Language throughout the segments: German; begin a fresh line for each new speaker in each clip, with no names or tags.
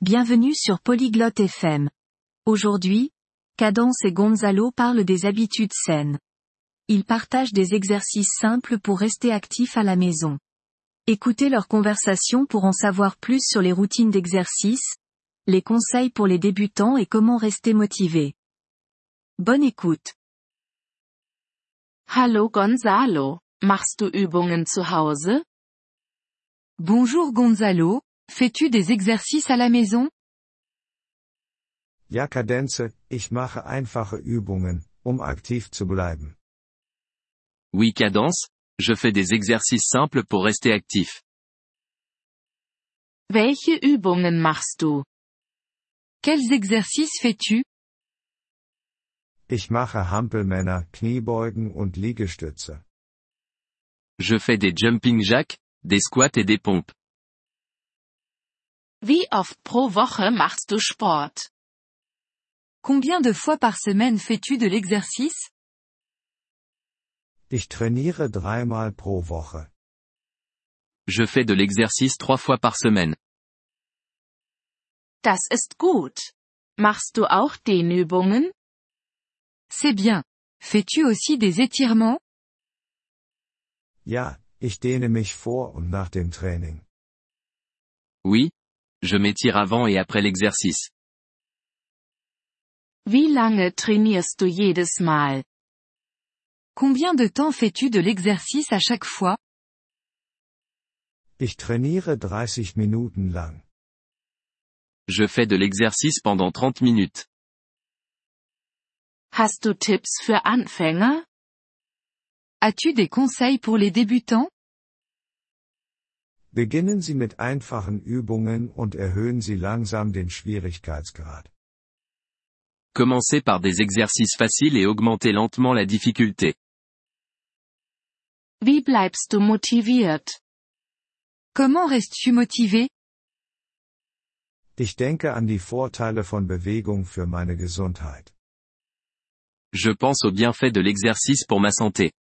Bienvenue sur Polyglotte FM. Aujourd'hui, Cadence et Gonzalo parlent des habitudes saines. Ils partagent des exercices simples pour rester actifs à la maison. Écoutez leur conversation pour en savoir plus sur les routines d'exercice, les conseils pour les débutants et comment rester motivé. Bonne écoute.
Hallo Gonzalo, machst du Übungen zu Hause?
Bonjour Gonzalo, fais-tu des exercices à la maison?
Ja, Kadenze, ich mache einfache Übungen, um aktiv zu bleiben.
Oui, Cadence, je fais des exercices simples pour rester actif.
Welche Übungen machst du?
Quels exercices fais-tu?
Ich mache Hampelmänner, Kniebeugen und Liegestütze.
Je fais des jumping jacks, des squats et des pompes.
Wie oft pro Woche machst du Sport?
Combien de fois par semaine fais-tu de l'exercice?
Ich trainiere dreimal pro Woche.
Je fais de l'exercice trois fois par semaine.
Das ist gut. Machst du auch Dehnübungen?
C'est bien. Fais-tu aussi des étirements?
Ja, ich dehne mich vor und nach dem Training.
Oui. Je m'étire avant et après l'exercice.
Wie lange trainierst du jedes Mal?
Combien de temps fais-tu de l'exercice à chaque fois?
Ich trainiere 30 Minuten lang.
Je fais de l'exercice pendant 30 minutes.
Hast du Tipps für Anfänger?
As-tu des conseils pour les débutants?
Beginnen Sie mit einfachen Übungen und erhöhen Sie langsam den Schwierigkeitsgrad.
Commencez par des exercices faciles et augmentez lentement la difficulté.
Wie bleibst du motiviert?
Comment restes-tu motivé?
Ich denke an die Vorteile von Bewegung für meine Gesundheit.
Je pense aux bienfaits de l'exercice pour ma santé.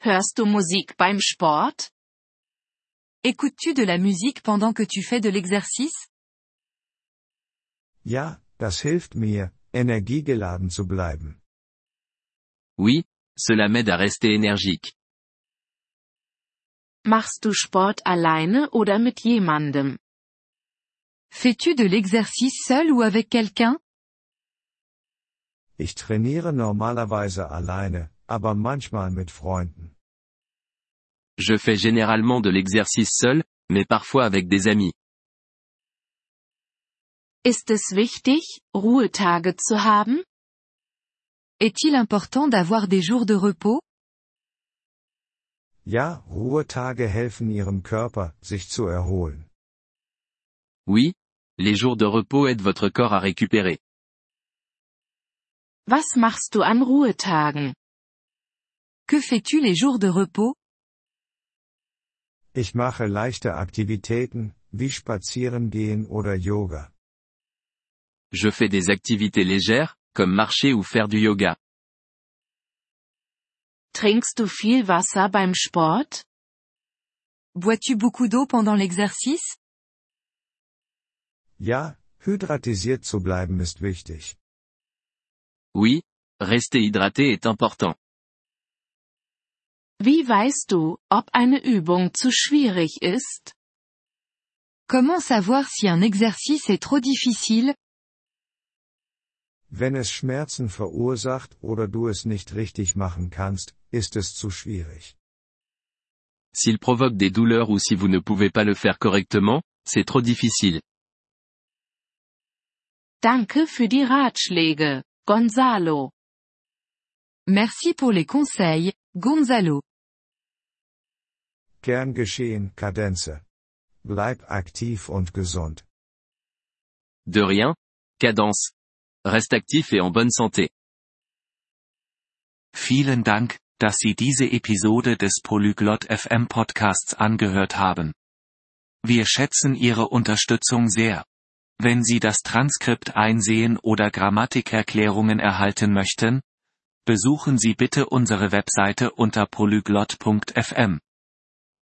Hörst du Musik beim Sport?
Écoutes-tu de la musique pendant que tu fais de l'exercice?
Ja, das hilft mir, energiegeladen zu bleiben.
Oui, cela m'aide à rester énergique.
Machst du Sport alleine oder mit jemandem?
Fais-tu de l'exercice seul ou avec quelqu'un?
Ich trainiere normalerweise alleine, aber manchmal mit Freunden.
Je fais généralement de l'exercice seul, mais parfois avec des amis.
Ist es wichtig, Ruhetage zu haben?
Est-il important d'avoir des jours de repos?
Ja, Ruhetage helfen Ihrem Körper, sich zu erholen.
Oui, les jours de repos aident votre corps à récupérer.
Was machst du an Ruhetagen?
Que fais-tu les jours de repos?
Ich mache leichte Aktivitäten, wie Spazierengehen oder Yoga.
Je fais des activités légères, comme marcher ou faire du yoga.
Trinkst du viel Wasser beim Sport?
Bois-tu beaucoup d'eau pendant l'exercice?
Ja, hydratisiert zu bleiben ist wichtig.
Oui, rester hydraté est important.
Wie weißt du, ob eine Übung zu schwierig ist?
Comment savoir si un exercice est trop difficile?
Wenn es Schmerzen verursacht oder du es nicht richtig machen kannst, ist es zu schwierig.
S'il provoque des douleurs ou si vous ne pouvez pas le faire correctement, c'est trop difficile.
Danke für die Ratschläge, Gonzalo.
Merci pour les conseils, Gonzalo.
Gern geschehen, Kadenze. Bleib aktiv und gesund.
De rien, cadence. Reste actif et en bonne santé.
Vielen Dank, dass Sie diese Episode des Polyglot FM Podcasts angehört haben. Wir schätzen Ihre Unterstützung sehr. Wenn Sie das Transkript einsehen oder Grammatikerklärungen erhalten möchten, besuchen Sie bitte unsere Webseite unter polyglot.fm.